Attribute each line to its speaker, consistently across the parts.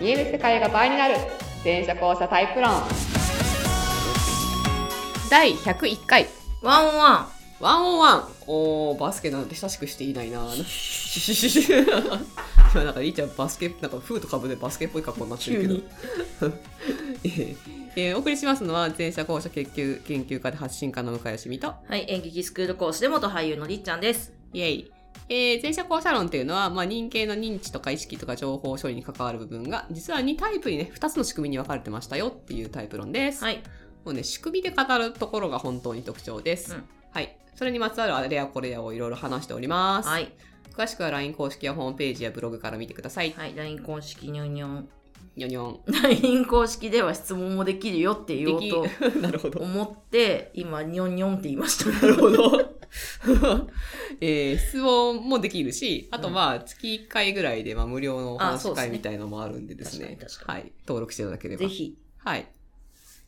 Speaker 1: 見える世界が倍になる全車交差タイプ論第101回
Speaker 2: ワンワン。
Speaker 3: ワンオンワンおー、バスケなんて親しくしていない な今なんか、いいちゃんバスケ、なんか、フーとかぶでバスケっぽい格好になってるけど。 えーお送りしますのは、前者後者研究研究家で発信家の向井しみと、
Speaker 2: はい、演劇スクール講師で元俳優のりっちゃんです。
Speaker 3: イエイ。えー、前者後者論っていうのは、まあ、人間の認知とか意識とか情報処理に関わる部分が、実は2タイプにね、2つの仕組みに分かれてましたよっていうタイプ論です。
Speaker 2: はい。
Speaker 3: もうね、仕組みで語るところが本当に特徴です。
Speaker 2: うん
Speaker 3: はい。それにまつわるあれやこれやをいろいろ話しております。
Speaker 2: はい。
Speaker 3: 詳しくは LINE 公式やホームページやブログから見てください。
Speaker 2: はい、LINE 公式にょんにょ ん。
Speaker 3: にょにょん。
Speaker 2: LINE 公式では質問もできるよって言おうと
Speaker 3: きなる ほど。
Speaker 2: 思って、今、にょんにょんって言いました。
Speaker 3: なるほど。えー質問もできるし、あとまあ、月1回ぐらいで、まあ、無料のお
Speaker 2: あそ
Speaker 3: 話
Speaker 2: うです
Speaker 3: 会
Speaker 2: ね
Speaker 3: みたいのもあるんでですね。
Speaker 2: 確かに確か
Speaker 3: はい。登録していただければ。
Speaker 2: ぜ。ひ。
Speaker 3: はい。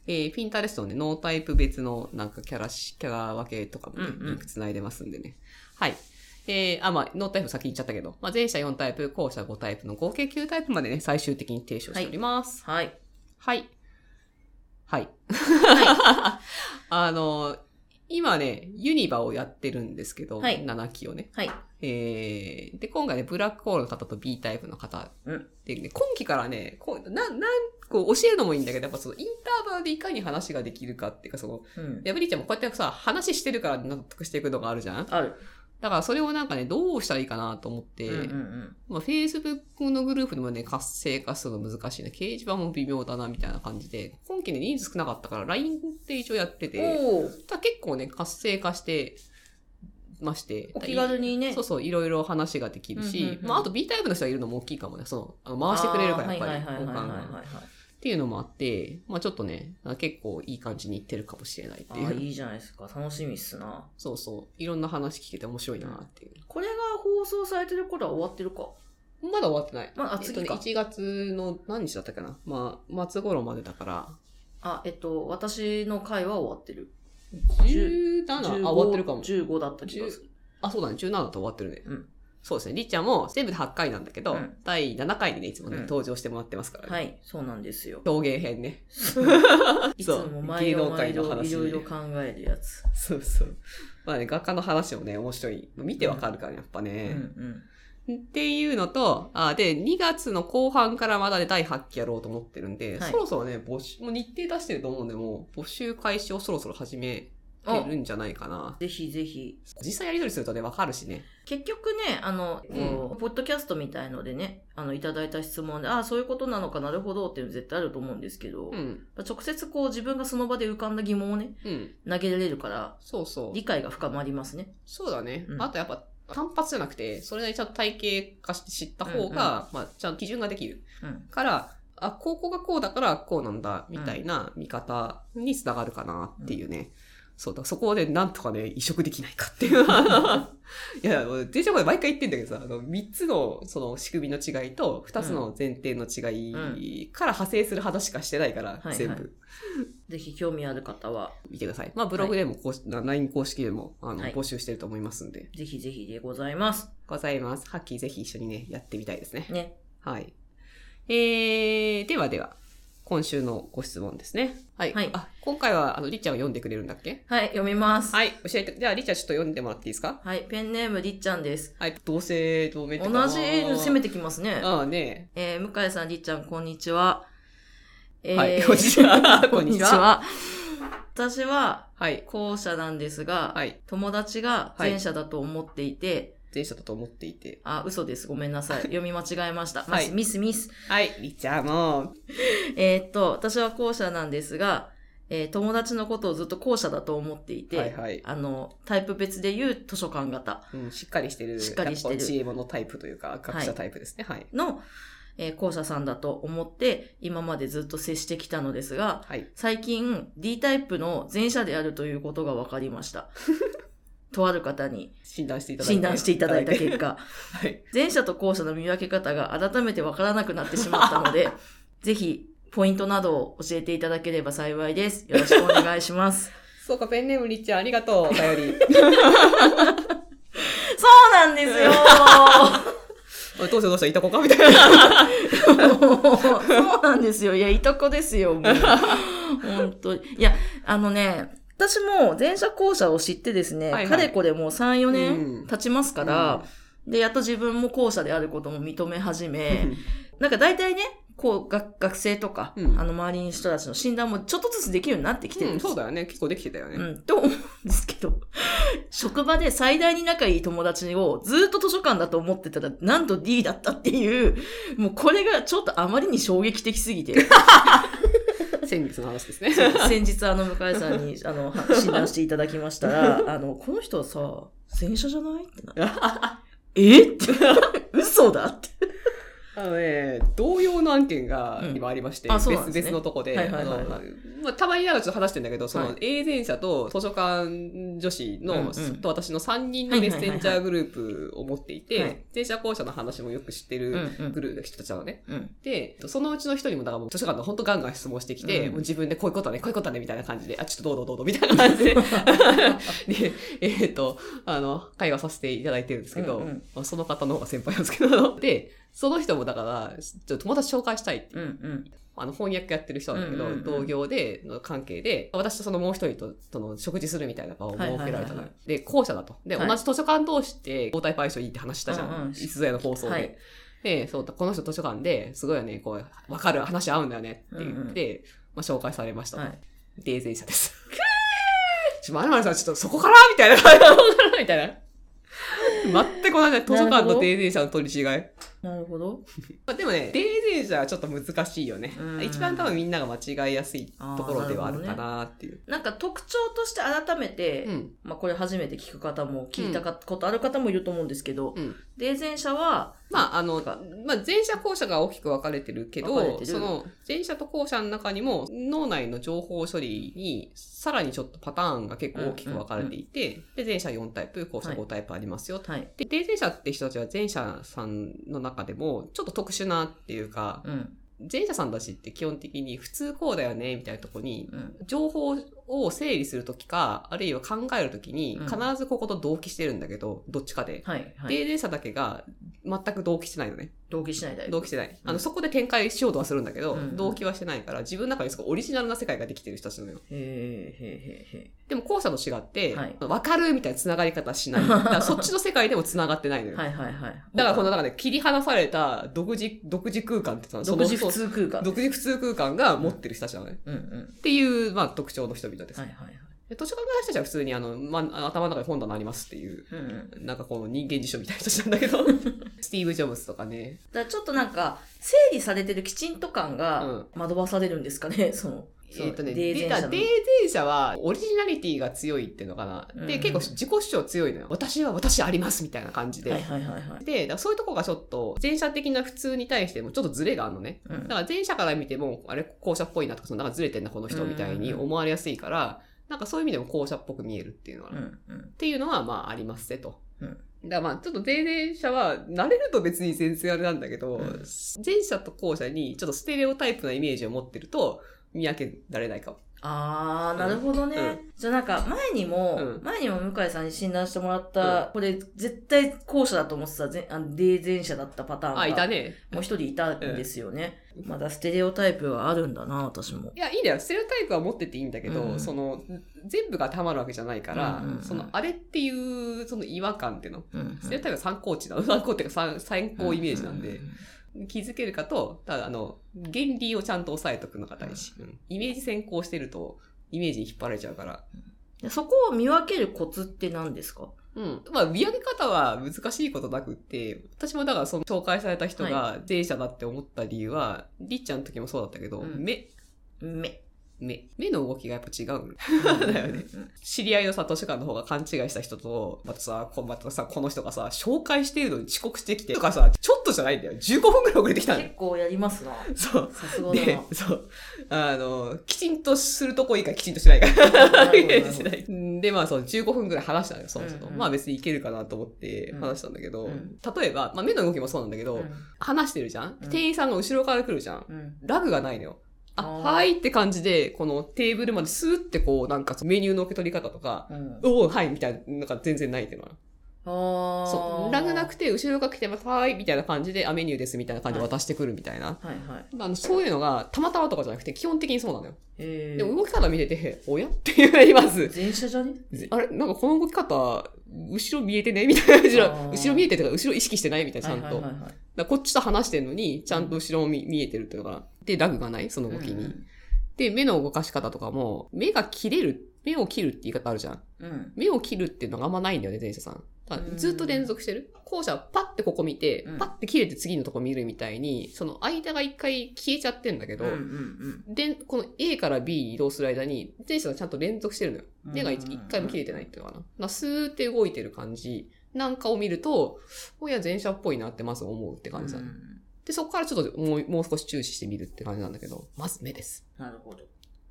Speaker 3: えー、ピンタレストのね、ノータイプ別のなんかキャラし、キャラ分けとかもね
Speaker 2: うんうん
Speaker 3: リンク繋いでますんでね。はい。えー、あ、まあ、ノータイプ先に言っちゃったけど、まあ、前者4タイプ、後者5タイプの合計9タイプまでね、最終的に提唱しております。
Speaker 2: はい。
Speaker 3: はい。はい。 あの、今ね、ユニバをやってるんですけど、
Speaker 2: はい
Speaker 3: 7期をね。
Speaker 2: はい。
Speaker 3: えー、で、今回ね、ブラックホールの方と B タイプの方
Speaker 2: うん
Speaker 3: で、ね、今期からね、こう、な、なん、こう、教えるのもいいんだけど、やっぱその、インターバルでいかに話ができるかっていうか、その、
Speaker 2: うん。
Speaker 3: やぶりちゃんもこうやってさ、話してるから納得していくのがあるじゃん
Speaker 2: ある。
Speaker 3: だからそれをなんかね、どうしたらいいかなと思って、
Speaker 2: うんうんうん。
Speaker 3: まあ、Facebook のグループでもね、活性化するの難しいな。掲示板も微妙だな、みたいな感じで、今期ね、人数少なかったから、LINE って一応やってて、
Speaker 2: おお。
Speaker 3: だから結構ね、活性化してまして。
Speaker 2: お気軽にね
Speaker 3: そうそう、いろいろ話ができるし、
Speaker 2: うんうんうん
Speaker 3: まあ、あと B タイプの人がいるのも大きいかもね、その、あの回してくれるから、やっぱり、
Speaker 2: あーはいはいはいは
Speaker 3: 交
Speaker 2: いは
Speaker 3: 換が
Speaker 2: いはい。
Speaker 3: っていうのもあって、まあ、ちょっとね、結構いい感じにいってるかもしれないって
Speaker 2: ああー、
Speaker 3: いう。
Speaker 2: いいじゃないですか。楽しみっすな。
Speaker 3: そうそう、いろんな話聞けて面白いなっていう。
Speaker 2: これが放送されてる頃は終わってるか。
Speaker 3: まだ終わってない。
Speaker 2: まああ
Speaker 3: えっとね、
Speaker 2: 次か
Speaker 3: 1月の何日だったかな。まあ、末頃までだから、
Speaker 2: あ、えっと、私の回は終わってる。
Speaker 3: 17、あ、終わってるかも。
Speaker 2: 15だった気がする。
Speaker 3: あ、そうだね、17だと終わってるね。
Speaker 2: うん
Speaker 3: そうですね、りっちゃんも全部で8回なんだけど、
Speaker 2: うん
Speaker 3: 第7回にね、いつもね、
Speaker 2: うん
Speaker 3: 登場してもらってますからね。
Speaker 2: はい、そうなんですよ。
Speaker 3: 表現編ね。
Speaker 2: いつも毎
Speaker 3: 芸
Speaker 2: 度
Speaker 3: 能
Speaker 2: 毎
Speaker 3: 界の
Speaker 2: 度
Speaker 3: 話
Speaker 2: いろいろ考えるやつ。
Speaker 3: そうそう。まあね、学科の話もね、面白い。見てわかるからね、やっぱ
Speaker 2: うんう
Speaker 3: ね、
Speaker 2: ん。
Speaker 3: っていうのと、あ、で、2月の後半からまだね、第8期やろうと思ってるんで、
Speaker 2: はい
Speaker 3: そろそろね、募集、もう日程出してると思うんで、もう募集開始をそろそろ始めてるんじゃないかな。
Speaker 2: ぜひぜひ。
Speaker 3: 実際やりとりするとね、わかるしね。
Speaker 2: 結局ね、あの、こうポッドキャストみたいのでね、あの、いただいた質問で、ああ、そういうことなのかなるほどっていうの絶対あると思うんですけど、
Speaker 3: うん。
Speaker 2: 直接こう自分がその場で浮かんだ疑問をね、
Speaker 3: うん。
Speaker 2: 投げられるから、
Speaker 3: そうそう
Speaker 2: 理。解が深まりますね。
Speaker 3: そうだね。
Speaker 2: うん
Speaker 3: あとやっぱ、単発じゃなくて、それなりにちゃんと体系化して知った方が、まあ、ちゃんと基準ができる。
Speaker 2: うん。
Speaker 3: から、あ、高校がこうだからこうなんだ、みたいな見方につながるかなっていうね。そうだ、そこをね、なんとかね、移植できないかっていう。いや、前者まで毎回言ってんだけどさ、あの、3つの、その、仕組みの違いと、2つの前提の違いから派生する話しかしてないから、
Speaker 2: はい
Speaker 3: 全部。
Speaker 2: はいぜひ興味ある方は、
Speaker 3: 見てください。まあ、ブログでも、こうし、LINE 公式でも、あの、
Speaker 2: はい
Speaker 3: 募集してると思いますんで。
Speaker 2: ぜひぜひでございます。
Speaker 3: ございます。ハッキーぜひ一緒にね、やってみたいですね。
Speaker 2: ね。
Speaker 3: はい。えー、ではでは、今週のご質問ですね。はい。
Speaker 2: はい
Speaker 3: あ、今回は、あの、りっちゃんが読んでくれるんだっけ
Speaker 2: はい、読みます。
Speaker 3: はい。教えて、じゃあ、りっちゃんちょっと読んでもらっていいですか
Speaker 2: はい、ペンネームりっちゃんです。
Speaker 3: はい。同姓同名
Speaker 2: 同じ攻め
Speaker 3: て
Speaker 2: てきますね。
Speaker 3: ああ、ね
Speaker 2: えー、向井さん、りっちゃん、こんにちは。え
Speaker 3: はいこんにち は
Speaker 2: こんにちは。私は
Speaker 3: はい。
Speaker 2: 後者なんですが、
Speaker 3: はい。
Speaker 2: 友達が前者だと思っていて、
Speaker 3: 前者だと思っていて。
Speaker 2: あ、嘘です。ごめんな さい。読み間違えました。
Speaker 3: はい
Speaker 2: ミスミスミス。
Speaker 3: はい。りっちゃんも、
Speaker 2: えーっと、私は後者なんですが、えー友達のことをずっと後者だと思っていて、
Speaker 3: はいはい
Speaker 2: あの、タイプ別で言う図書館型
Speaker 3: うん、しっかりしてる。
Speaker 2: しっかりしてる
Speaker 3: やっぱ知恵者タイプというか、学者タイプですね。はい。
Speaker 2: の、えー後者さんだと思って、今までずっと接してきたのですが、
Speaker 3: はい。
Speaker 2: 最近 D タイプの前者であるということが分かりま した。とある方に
Speaker 3: 診断していただいて。
Speaker 2: 診断していただいた
Speaker 3: 果。
Speaker 2: 結果、
Speaker 3: はい。
Speaker 2: 前者と後者の見分け方が改めて分からなくなってしまったの で、ぜひポイントなどを教えていただければ幸いです。よろしくお願いし ます。
Speaker 3: そうか、ペンネームりっちゃん、ありがとう、お 便り。
Speaker 2: そうなんですよ
Speaker 3: おいどうしたどうしたいたこかみたいな。
Speaker 2: そうなんですよ。いや、いとこですよ、もう。本当にいや、あのね、私も前者後者を知ってですね、
Speaker 3: はいはい
Speaker 2: かれこれもう3、4
Speaker 3: うん
Speaker 2: 年経ちますから、で、やっと自分も後者であることも認め始め、なんか大体ね、こう、学学生とか、
Speaker 3: うん
Speaker 2: あの周りの人たちの診断もちょっとずつできるようになってきて
Speaker 3: う
Speaker 2: るんで
Speaker 3: ん、
Speaker 2: す
Speaker 3: そうだよね。結構できてたよね。
Speaker 2: うん、と思うんですけど、 職場で最大に仲いい友達をずっと図書館だと思ってたら、なんと D だったっていう、もうこれがちょっとあまりに衝撃的すぎて、
Speaker 3: 先月の話ですね。
Speaker 2: 先日あの向井さんにあのは診断していただきまし たら、あの、この人はさ、戦車じゃないってなっ て。えって、 嘘だって。
Speaker 3: あのね、同様の案件が
Speaker 2: うん
Speaker 3: 今ありまして、
Speaker 2: あそうなん
Speaker 3: 別
Speaker 2: ですね
Speaker 3: 別のとこで、
Speaker 2: はいはいはいは
Speaker 3: あ
Speaker 2: い
Speaker 3: のまあ、たまになんかちょっと話してんだけど、そ
Speaker 2: は
Speaker 3: の
Speaker 2: い
Speaker 3: 永全者と図書館女子の、
Speaker 2: うんうん
Speaker 3: と私の3人のメッセンジャーグループを持ってい
Speaker 2: はいはい
Speaker 3: て、前者後者の話もよく知って
Speaker 2: うんう
Speaker 3: るグ
Speaker 2: ん。
Speaker 3: ループの人たちなのね。
Speaker 2: うん。
Speaker 3: で、そのうちの一人も、だからもう図書館の本当ガンガン質問してきて、
Speaker 2: うん
Speaker 3: もう自分でこういうことね、こういうことね、みたいな感じで、あ、ちょっとどうぞどうぞ、みたいな感じ で、 で、えっ、と、あの、会話させていただいてるんですけど、
Speaker 2: うんうん
Speaker 3: まあその方の方が先輩なんですけ ど、で、その人もだから、ちょっと友達紹介したいって
Speaker 2: うんうん。
Speaker 3: あの翻訳やってる人なんだけど、
Speaker 2: うんうんうん
Speaker 3: 同業での関係で私とそのもう一人とその食事するみたいな場を設けら
Speaker 2: は
Speaker 3: れ
Speaker 2: い
Speaker 3: た
Speaker 2: はいはい
Speaker 3: の
Speaker 2: は
Speaker 3: で後者だとで、
Speaker 2: はい
Speaker 3: 同じ図書館同士って交代賠償いいって話したじゃ、
Speaker 2: うんうんん
Speaker 3: いつぞやの放送で、
Speaker 2: はい
Speaker 3: でそうだこの人図書館ですごいよねこう分かる話合うんだよねって言って、
Speaker 2: うんうん
Speaker 3: まあ、紹介されましたと、
Speaker 2: はい。
Speaker 3: で前者です。 ちょ、まるまるさん、ちょっとそこからみ たいな。そこからみたいな。全く同じだ図書館と定前者の取り違い。
Speaker 2: なるほど。
Speaker 3: まあでもね、デイデイじゃちょっと難しいよね
Speaker 2: う。ん
Speaker 3: 一番多分みんなが間違いやすいところではあるかなっていう。
Speaker 2: なんか特徴として改めて、
Speaker 3: うん。
Speaker 2: まあこれ初めて聞く方も聞いたかことある方もいると思うんですけど、
Speaker 3: うん。
Speaker 2: デーゼン社は、
Speaker 3: まあ、あの、まあ、前者後者が大きく分かれてるけ
Speaker 2: 分かれ
Speaker 3: ど、
Speaker 2: てる
Speaker 3: その前者と後者の中にも脳内の情報処理にさらにちょっとパターンが結構大きく分かれていて、で、前者4タイプ、後者
Speaker 2: はい
Speaker 3: 5タイプありますよ。
Speaker 2: はい。
Speaker 3: で、定前者って人たちは前者さんの中でもちょっと特殊なっていうか、
Speaker 2: うん。
Speaker 3: 前者さんたちって基本的に普通こうだよねみたいなとこに
Speaker 2: うん。
Speaker 3: 情報を整理するときか、あるいは考えるときに、
Speaker 2: うん
Speaker 3: 必ずここと同期してるんだけど、どっちかで。
Speaker 2: はい。はい。
Speaker 3: 定例者だけが全く同期してないのね。
Speaker 2: 同期しないだよ。
Speaker 3: 同期してない。あ
Speaker 2: う
Speaker 3: の、
Speaker 2: ん
Speaker 3: そこで展開しようとはするんだけど、
Speaker 2: うん
Speaker 3: 同期はしてないから、自分の中にすごいオリジナルな世界ができてる人たちなのよ。
Speaker 2: へえ、へえ、へ
Speaker 3: でも、後者と違って、
Speaker 2: は
Speaker 3: わ
Speaker 2: い
Speaker 3: 分かるみたいな繋がり方し ない。だからそっちの世界でも繋がってないの
Speaker 2: え、へえ。
Speaker 3: よ。
Speaker 2: はいはいはい。
Speaker 3: だから、この中で切り離された独自、独自空間ってさ、
Speaker 2: 独自普
Speaker 3: そ
Speaker 2: 通空
Speaker 3: の
Speaker 2: 間。
Speaker 3: 独自普通空間が持ってる人たちなのね。
Speaker 2: うんうん。
Speaker 3: っていう、まあ、特徴の人々です
Speaker 2: はい。はいはい。
Speaker 3: で図書館の人たちは普通にあの、ま、頭の中に本棚ありますっていう、
Speaker 2: うんうん。だ
Speaker 3: なんかこの人間辞書みたいな人たちなんだけ ど、スティーブ・ジョブズとかね、
Speaker 2: からちょっとなんか、整理されてるきちんと感
Speaker 3: う
Speaker 2: が
Speaker 3: ん
Speaker 2: 惑わされるんですかね、その。
Speaker 3: えっ、とね、
Speaker 2: デーゼ
Speaker 3: デ
Speaker 2: ン社の
Speaker 3: ー前者はオリジナリティが強いっていうのかな。
Speaker 2: うん
Speaker 3: で、結構自己主張強いのよ。私は私ありますみたいな感じで。
Speaker 2: はいはいはいはい。
Speaker 3: で、だからそういうとこがちょっと、前者的な普通に対してもちょっとズレがあるのね。
Speaker 2: う
Speaker 3: だ
Speaker 2: ん
Speaker 3: から前者から見ても、あれ、後者っぽいなとか、そのなんかズレてんな、この人みたいに思われやすいから、なんかそういう意味でも後者っぽく見えるっていうのは
Speaker 2: うんうん
Speaker 3: っていうのはまあありますねと。
Speaker 2: うん
Speaker 3: だからまあちょっと前々者は慣れると別に全然あれなんだけど、
Speaker 2: うん
Speaker 3: 前者と後者にちょっとステレオタイプなイメージを持ってると見分けられないかも。
Speaker 2: あー、なるほどね。
Speaker 3: う
Speaker 2: じゃあなんか前にも、
Speaker 3: うん
Speaker 2: 前にも向井さんに診断してもらった、これ絶対後者だと思ってた前、あの霊前者だったパターンが。
Speaker 3: あ、いたね。
Speaker 2: もう一人いたんですよね。まだステレオタイプはあるんだな、私も。
Speaker 3: いや、いいんだよ。ステレオタイプは持ってていいんだけど、
Speaker 2: うん
Speaker 3: その、全部がたまるわけじゃないから、
Speaker 2: うんうんうん
Speaker 3: その、あれっていう、その違和感っていうの。
Speaker 2: うんうん
Speaker 3: ステレオタイプは参考値なの。参考っていうか参参考イメージなんで、気づけるかと、ただ、あの、原理をちゃんと押さえとくのが大事。うんイメージ先行してると、イメージに引っ張られちゃうから、
Speaker 2: でそこを見分けるコツって何ですか
Speaker 3: うん。まあ、見上げ方は難しいことなくって、私もだからその紹介された人が前者だって思った理由は、りっちゃんの時もそうだったけど、
Speaker 2: うん
Speaker 3: 目、
Speaker 2: 目。
Speaker 3: 目、目の動きがやっぱ違う。
Speaker 2: だ
Speaker 3: よね。知り合いのさ、図書館の方が勘違いした人と、またさ、こまたさ、この人がさ、紹介してるのに遅刻してきて、とかさ、ちょっとじゃないんだよ。15分くらい遅れてきたのよ
Speaker 2: 結。構やりますな。
Speaker 3: そう。
Speaker 2: さすがだ
Speaker 3: で
Speaker 2: な。、
Speaker 3: そう。あの、きちんとするとこいいからきちんとしないから。
Speaker 2: なるほどなるほど
Speaker 3: で、まあそう、15分くらい話したのよ、その人と。
Speaker 2: うんうん
Speaker 3: まあ別にいけるかなと思って話したんだけど、
Speaker 2: うん
Speaker 3: 例えば、まあ目の動きもそうなんだけ ど、話してるじゃん、
Speaker 2: うん
Speaker 3: 店員さんが後ろから来るじゃん
Speaker 2: うんうん
Speaker 3: ラグがないのよ。あ、
Speaker 2: あー
Speaker 3: はーいって感じで、このテーブルまでスーってこう、なんかメニューの受け取り方とか、
Speaker 2: うん
Speaker 3: おおはいみたいな、なんか全然ないっていうのは。
Speaker 2: ああ。
Speaker 3: そう。ラグなく
Speaker 2: て。
Speaker 3: て、後ろが来てます、はーい、みたいな感じで、あ、メニューです、みたいな感じで渡してくるみたいな。
Speaker 2: はいはい。
Speaker 3: あのそういうのが、たまたまとかじゃなくて、基本的にそうなのよ。
Speaker 2: えー、
Speaker 3: でも動き方見てて、おや って言われます。
Speaker 2: 電車じゃね
Speaker 3: あれなんかこの動き方、後ろ見えてねみたいな感じで
Speaker 2: あー
Speaker 3: 後ろ見えてるとか、後ろ意識してないみたいな、ちゃんと。
Speaker 2: はいはいは
Speaker 3: だか
Speaker 2: いはい、
Speaker 3: らこっちと話してるのに、ちゃんと後ろも見見えてるっていうのが、で、ラグがない、その動きに。で、目の動かし方とかも、目が切れる、目を切るって言い方あるじゃん。
Speaker 2: うん。うん。
Speaker 3: 目を切るっていうのがあんまないんだよね、電車さん。だからずっと連続してる。後者はパッてここ見て
Speaker 2: うん、
Speaker 3: パッて切れて次のとこ見るみたいに、その間が一回消えちゃってんだけど、
Speaker 2: うんうん
Speaker 3: で、この A から B に移動する間に、電車がちゃんと連続してるのよ。
Speaker 2: うん。
Speaker 3: 目が一
Speaker 2: うん
Speaker 3: 一回も切れてないっていうのかな。なスーって動いてる感じなんかを見ると、おや、前者っぽいなってまず思うって感じだ、
Speaker 2: うん
Speaker 3: ね
Speaker 2: うん
Speaker 3: で、そこからちょっともうもう少し注視してみるって感じなんだけど、まず目です。
Speaker 2: なるほど。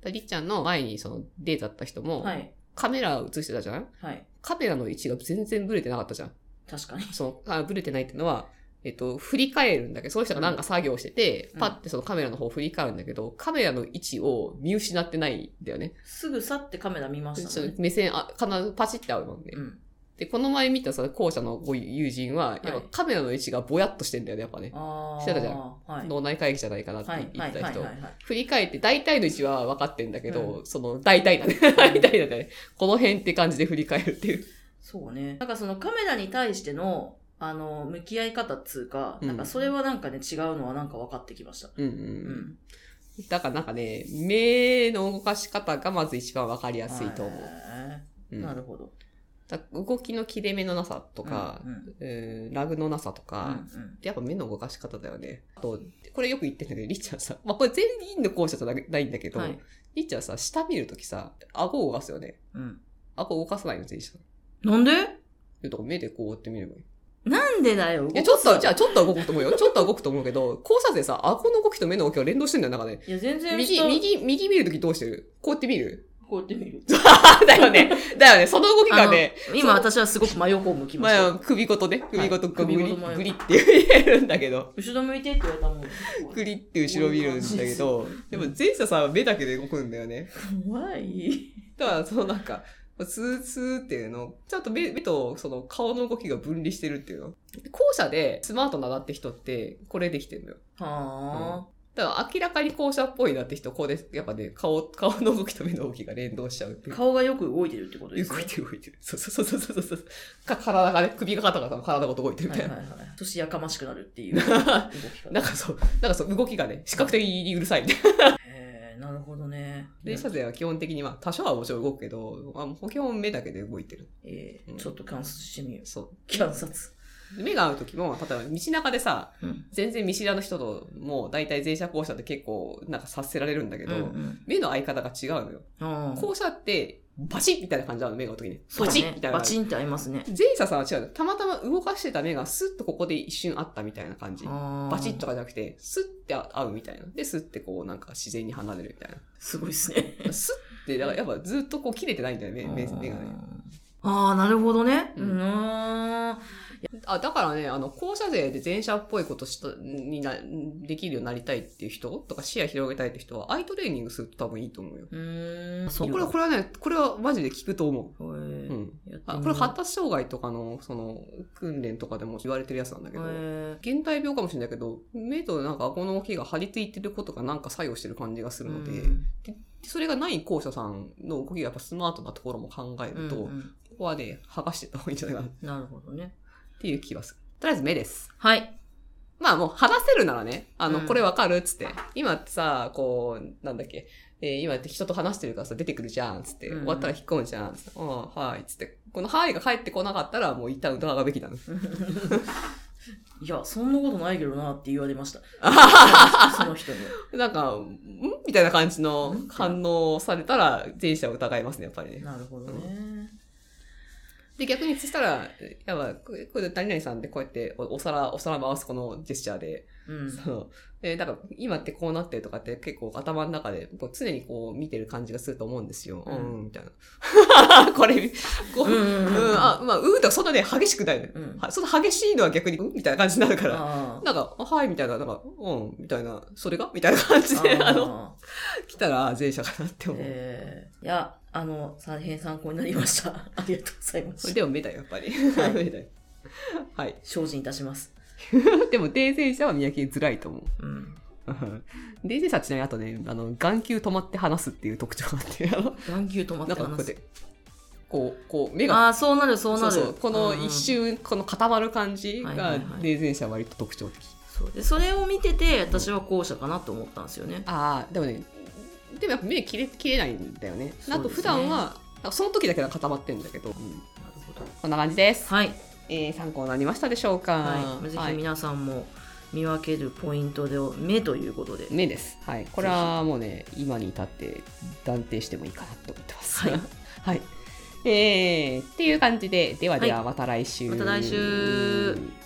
Speaker 3: だりっちゃんの前にそのデータだった人も、
Speaker 2: はい。
Speaker 3: カメラを映してたじゃん
Speaker 2: はい。
Speaker 3: カメラの位置が全然ブレてなかったじゃん。
Speaker 2: 確かに。
Speaker 3: その、あブレてないっていうのは、えっと、振り返るんだけど、その人がなんか作業してて、
Speaker 2: うん
Speaker 3: パッてそのカメラの方を振り返るんだけど、カメラの位置を見失ってないんだよね。
Speaker 2: すぐ去ってカメラ見ました
Speaker 3: そ
Speaker 2: も
Speaker 3: の
Speaker 2: んね。
Speaker 3: 目線あ、必ずパチって合うもんね。
Speaker 2: うん。
Speaker 3: で、この前見たさ、後者のご友人は、やっ
Speaker 2: はい
Speaker 3: ぱカメラの位置がぼやっとしてんだよね、やっぱね。
Speaker 2: ああ。
Speaker 3: してたじゃん
Speaker 2: はい。
Speaker 3: 脳内会議じゃないかなって
Speaker 2: はい。
Speaker 3: 言
Speaker 2: は
Speaker 3: っ
Speaker 2: い。
Speaker 3: て
Speaker 2: は
Speaker 3: た人
Speaker 2: い。は。い。
Speaker 3: 振り返って、大体の位置は分かってんだけど、その、大体だね。 大体だね。この辺って感じで振り返るっていう。
Speaker 2: そうね。なんかそのカメラに対しての、あの、向き合い方っつうか、
Speaker 3: うん
Speaker 2: なんかそれはなんかね、違うのはなんか分かってきました。
Speaker 3: うんう。
Speaker 2: うんん。
Speaker 3: だからなんかね、目の動かし方がまず一番分かりやすいと思う。
Speaker 2: へ
Speaker 3: う
Speaker 2: ー
Speaker 3: ん
Speaker 2: なるほど。
Speaker 3: だから動きの切れ目のなさとか
Speaker 2: う、ん
Speaker 3: うんラグのなさと
Speaker 2: うん
Speaker 3: か、
Speaker 2: うん
Speaker 3: やっぱ目の動かし方だよね。あと、これよく言ってんだけど、りっちゃんさ、まあこれ全員の校舎じゃないんだけど、
Speaker 2: はい。
Speaker 3: りっちゃんさ、下見るときさ、顎を動かすよね。
Speaker 2: うん
Speaker 3: 顎動かさないの、全員さん。
Speaker 2: なんで
Speaker 3: だから目でこうやって見ればいい。
Speaker 2: なんでだよ。
Speaker 3: いや、ちょっと、じゃ
Speaker 2: ゃ
Speaker 3: あちょっとは動くと思うよ。ちょっとは動くと思うけど、校舎でさ、顎の動きと目の動きが連動してんだよ、なんかね。
Speaker 2: いや、全然
Speaker 3: 右、
Speaker 2: 下
Speaker 3: 右、右見るときどうしてるこうやって見 る
Speaker 2: こうやって見る。
Speaker 3: だよね。だよね。その動き
Speaker 2: あ
Speaker 3: が
Speaker 2: の
Speaker 3: ね、
Speaker 2: 今私はすごく真横を向きまし
Speaker 3: ま
Speaker 2: た。
Speaker 3: あ、首ごとね、首ごとこう
Speaker 2: 首
Speaker 3: グ
Speaker 2: ご
Speaker 3: リ、
Speaker 2: と前
Speaker 3: グリって言えるんだけど、
Speaker 2: 後ろ向いてって言われたもん。
Speaker 3: グリって後ろ見るんだけど、でも前者さんは目だけで動くんだよね。
Speaker 2: 怖い。
Speaker 3: だから、そのなんか、スースーっていうの、ちゃんと目目とその顔の動きが分離してるっていうの。後者でスマートだなって人って、これできてるのよ。
Speaker 2: は
Speaker 3: だから明らかに後者っぽいなって人、こうです。やっぱね、顔、顔の動きと目の動きが連動しちゃうって
Speaker 2: あ。
Speaker 3: いう。
Speaker 2: 顔がよく動いてるってことです
Speaker 3: 動い
Speaker 2: ね。
Speaker 3: てる動いてる。そうそうそうそうそう。か体がね、首が肩が体が動いてるみ
Speaker 2: は
Speaker 3: た
Speaker 2: い
Speaker 3: い
Speaker 2: は
Speaker 3: な。
Speaker 2: いはい。そしてやかましくなるっ ていう動き
Speaker 3: なん
Speaker 2: 方。
Speaker 3: かそう、なんかそう、動きがね、視覚的にうる さいみたいな。
Speaker 2: へーなるほどね。
Speaker 3: 連射勢は基本的には、多少はもちろん動くけど、まあ、もう基本目だけで動いてる。
Speaker 2: えー
Speaker 3: うん
Speaker 2: ちょっと観察してみよ。
Speaker 3: そう
Speaker 2: 観察。
Speaker 3: う。目が合う時も、例えば道中でさ、
Speaker 2: うん
Speaker 3: 全然見知らぬ人と、もう大体前者後者って結構、なんか察せられるんだけ
Speaker 2: う
Speaker 3: ど、
Speaker 2: んうん
Speaker 3: 目の合い方が違うのよ。
Speaker 2: あー
Speaker 3: 後者って、バチッみたいな感じなの、目が合う時に。
Speaker 2: そ
Speaker 3: バ
Speaker 2: うだ
Speaker 3: チ
Speaker 2: ね
Speaker 3: ッみたいな
Speaker 2: バ
Speaker 3: 感
Speaker 2: チ
Speaker 3: じ。
Speaker 2: ンって合いますね。
Speaker 3: 前者さんは違うの。たまたま動かしてた目がスッとここで一瞬あったみたいな感じ。
Speaker 2: バ
Speaker 3: バチッと。かじゃなくて、スッて合うみたいな。で、スッてこうなんか自然に離れるみたいな。
Speaker 2: すごいですね。
Speaker 3: スッて、だからやっぱずっとこう切れてないんだよね、 目目がね。
Speaker 2: ああ、なるほどね。う
Speaker 3: う
Speaker 2: ー
Speaker 3: ん
Speaker 2: ん。
Speaker 3: あ、だからね、あの、校舎税で前者っぽいことした、にな、できるようになりたいっていう人とか視野広げたいって人は、アイトレーニングすると多分いいと思うよ。
Speaker 2: うーん。
Speaker 3: これ、これはね、これはマジで効くと思
Speaker 2: れ、
Speaker 3: う。うん。
Speaker 2: やってみよう
Speaker 3: あこれ発達障害とかの、その、訓練とかでも言われてるやつなんだけど、
Speaker 2: へー
Speaker 3: 現代病かもしれないけど、目となんか顎の動きが張り付いてることがなんか作用してる感じがするので、
Speaker 2: うん
Speaker 3: それがない校舎さんの動きがやっぱスマートなところも考えると、
Speaker 2: うん
Speaker 3: こ
Speaker 2: うん
Speaker 3: こはね、剥がしてった方がいいんじゃないかなっ
Speaker 2: なるほどね。
Speaker 3: ていう気がする。とりあえず目です。
Speaker 2: はい。
Speaker 3: まあもう話せるならね、あの、
Speaker 2: うん
Speaker 3: これわかるっつって。今ってさ、こう、なんだっけ、えー今って人と話してるからさ、出てくるじゃんっつって、
Speaker 2: うん
Speaker 3: 終わったら引っ込むじゃんっつって、うん、はいっつって。このはいが返ってこなかったら、もう一旦疑うべきなの。
Speaker 2: いや、そんなことないけどなって言われました。 その人に。
Speaker 3: なんか、んみたいな感じの反応をされたら、前者を疑いますね、やっぱりね。
Speaker 2: なるほどね。
Speaker 3: で、逆にそしたら、やばい、これ、これ何々さんってこうやっておお皿、お皿回すこのジェスチャーで、
Speaker 2: うん。
Speaker 3: その、え、だから今ってこうなってるとかって結構頭の中でこう常にこう見てる感じがすると思うんですよ。
Speaker 2: う
Speaker 3: うんん、みたいな。 これ、こう、
Speaker 2: う
Speaker 3: うん
Speaker 2: んうんうん
Speaker 3: あ、まあ、うんとかそんなね、激しくないのよ
Speaker 2: うん
Speaker 3: はその激しいのは逆に、うんみたいな感じになるから。
Speaker 2: あ
Speaker 3: なんか、あはい、みたいな、なんか、うん、みたい な、それがみたいな感じで、
Speaker 2: ー
Speaker 3: あの、
Speaker 2: あ
Speaker 3: 来たら前者かなって
Speaker 2: ー
Speaker 3: 思う。
Speaker 2: えーいや、あの、大変参考になりました。 ありがとうございま
Speaker 3: それ
Speaker 2: す。
Speaker 3: でも目だよ、やっぱり。
Speaker 2: はい
Speaker 3: 目だよ。はい。
Speaker 2: 精進いたします。
Speaker 3: でも、訂正者は見分けづらいと思う。
Speaker 2: うん。
Speaker 3: 訂正者はちなみにあとね、あの、眼球止まって話すっていう特徴があって、あの、
Speaker 2: 眼球止まって
Speaker 3: なんかこうや
Speaker 2: 話
Speaker 3: っ
Speaker 2: す
Speaker 3: て。、こう、こう、目が、
Speaker 2: ああ、そうなる、そうな
Speaker 3: そう
Speaker 2: る。
Speaker 3: そう、この一
Speaker 2: 瞬
Speaker 3: 瞬、この固まる感じ
Speaker 2: はいは
Speaker 3: が
Speaker 2: いは、い
Speaker 3: 訂正者は割と特徴的。
Speaker 2: そうでそれを見てて私は後者かなと思ったんですよね。
Speaker 3: ああ、でもね、でもやっぱ目切れ切れないんだよね。あ
Speaker 2: そう
Speaker 3: と、
Speaker 2: です
Speaker 3: 普
Speaker 2: ね
Speaker 3: 段は、あその時だけは固まってんだけど、
Speaker 2: なるほど
Speaker 3: こんな感じです。
Speaker 2: はい、
Speaker 3: えー参考になりましたでしょうか。
Speaker 2: はい、ぜ
Speaker 3: は
Speaker 2: ひ
Speaker 3: い
Speaker 2: 皆さんも見分けるポイントで目ということで、
Speaker 3: 目です。はい。これはもうね、今に至って断定してもいいかなと思ってます。
Speaker 2: はい。
Speaker 3: はい。えー、っていう感じで、ではで
Speaker 2: は
Speaker 3: はまた来週。
Speaker 2: また来週。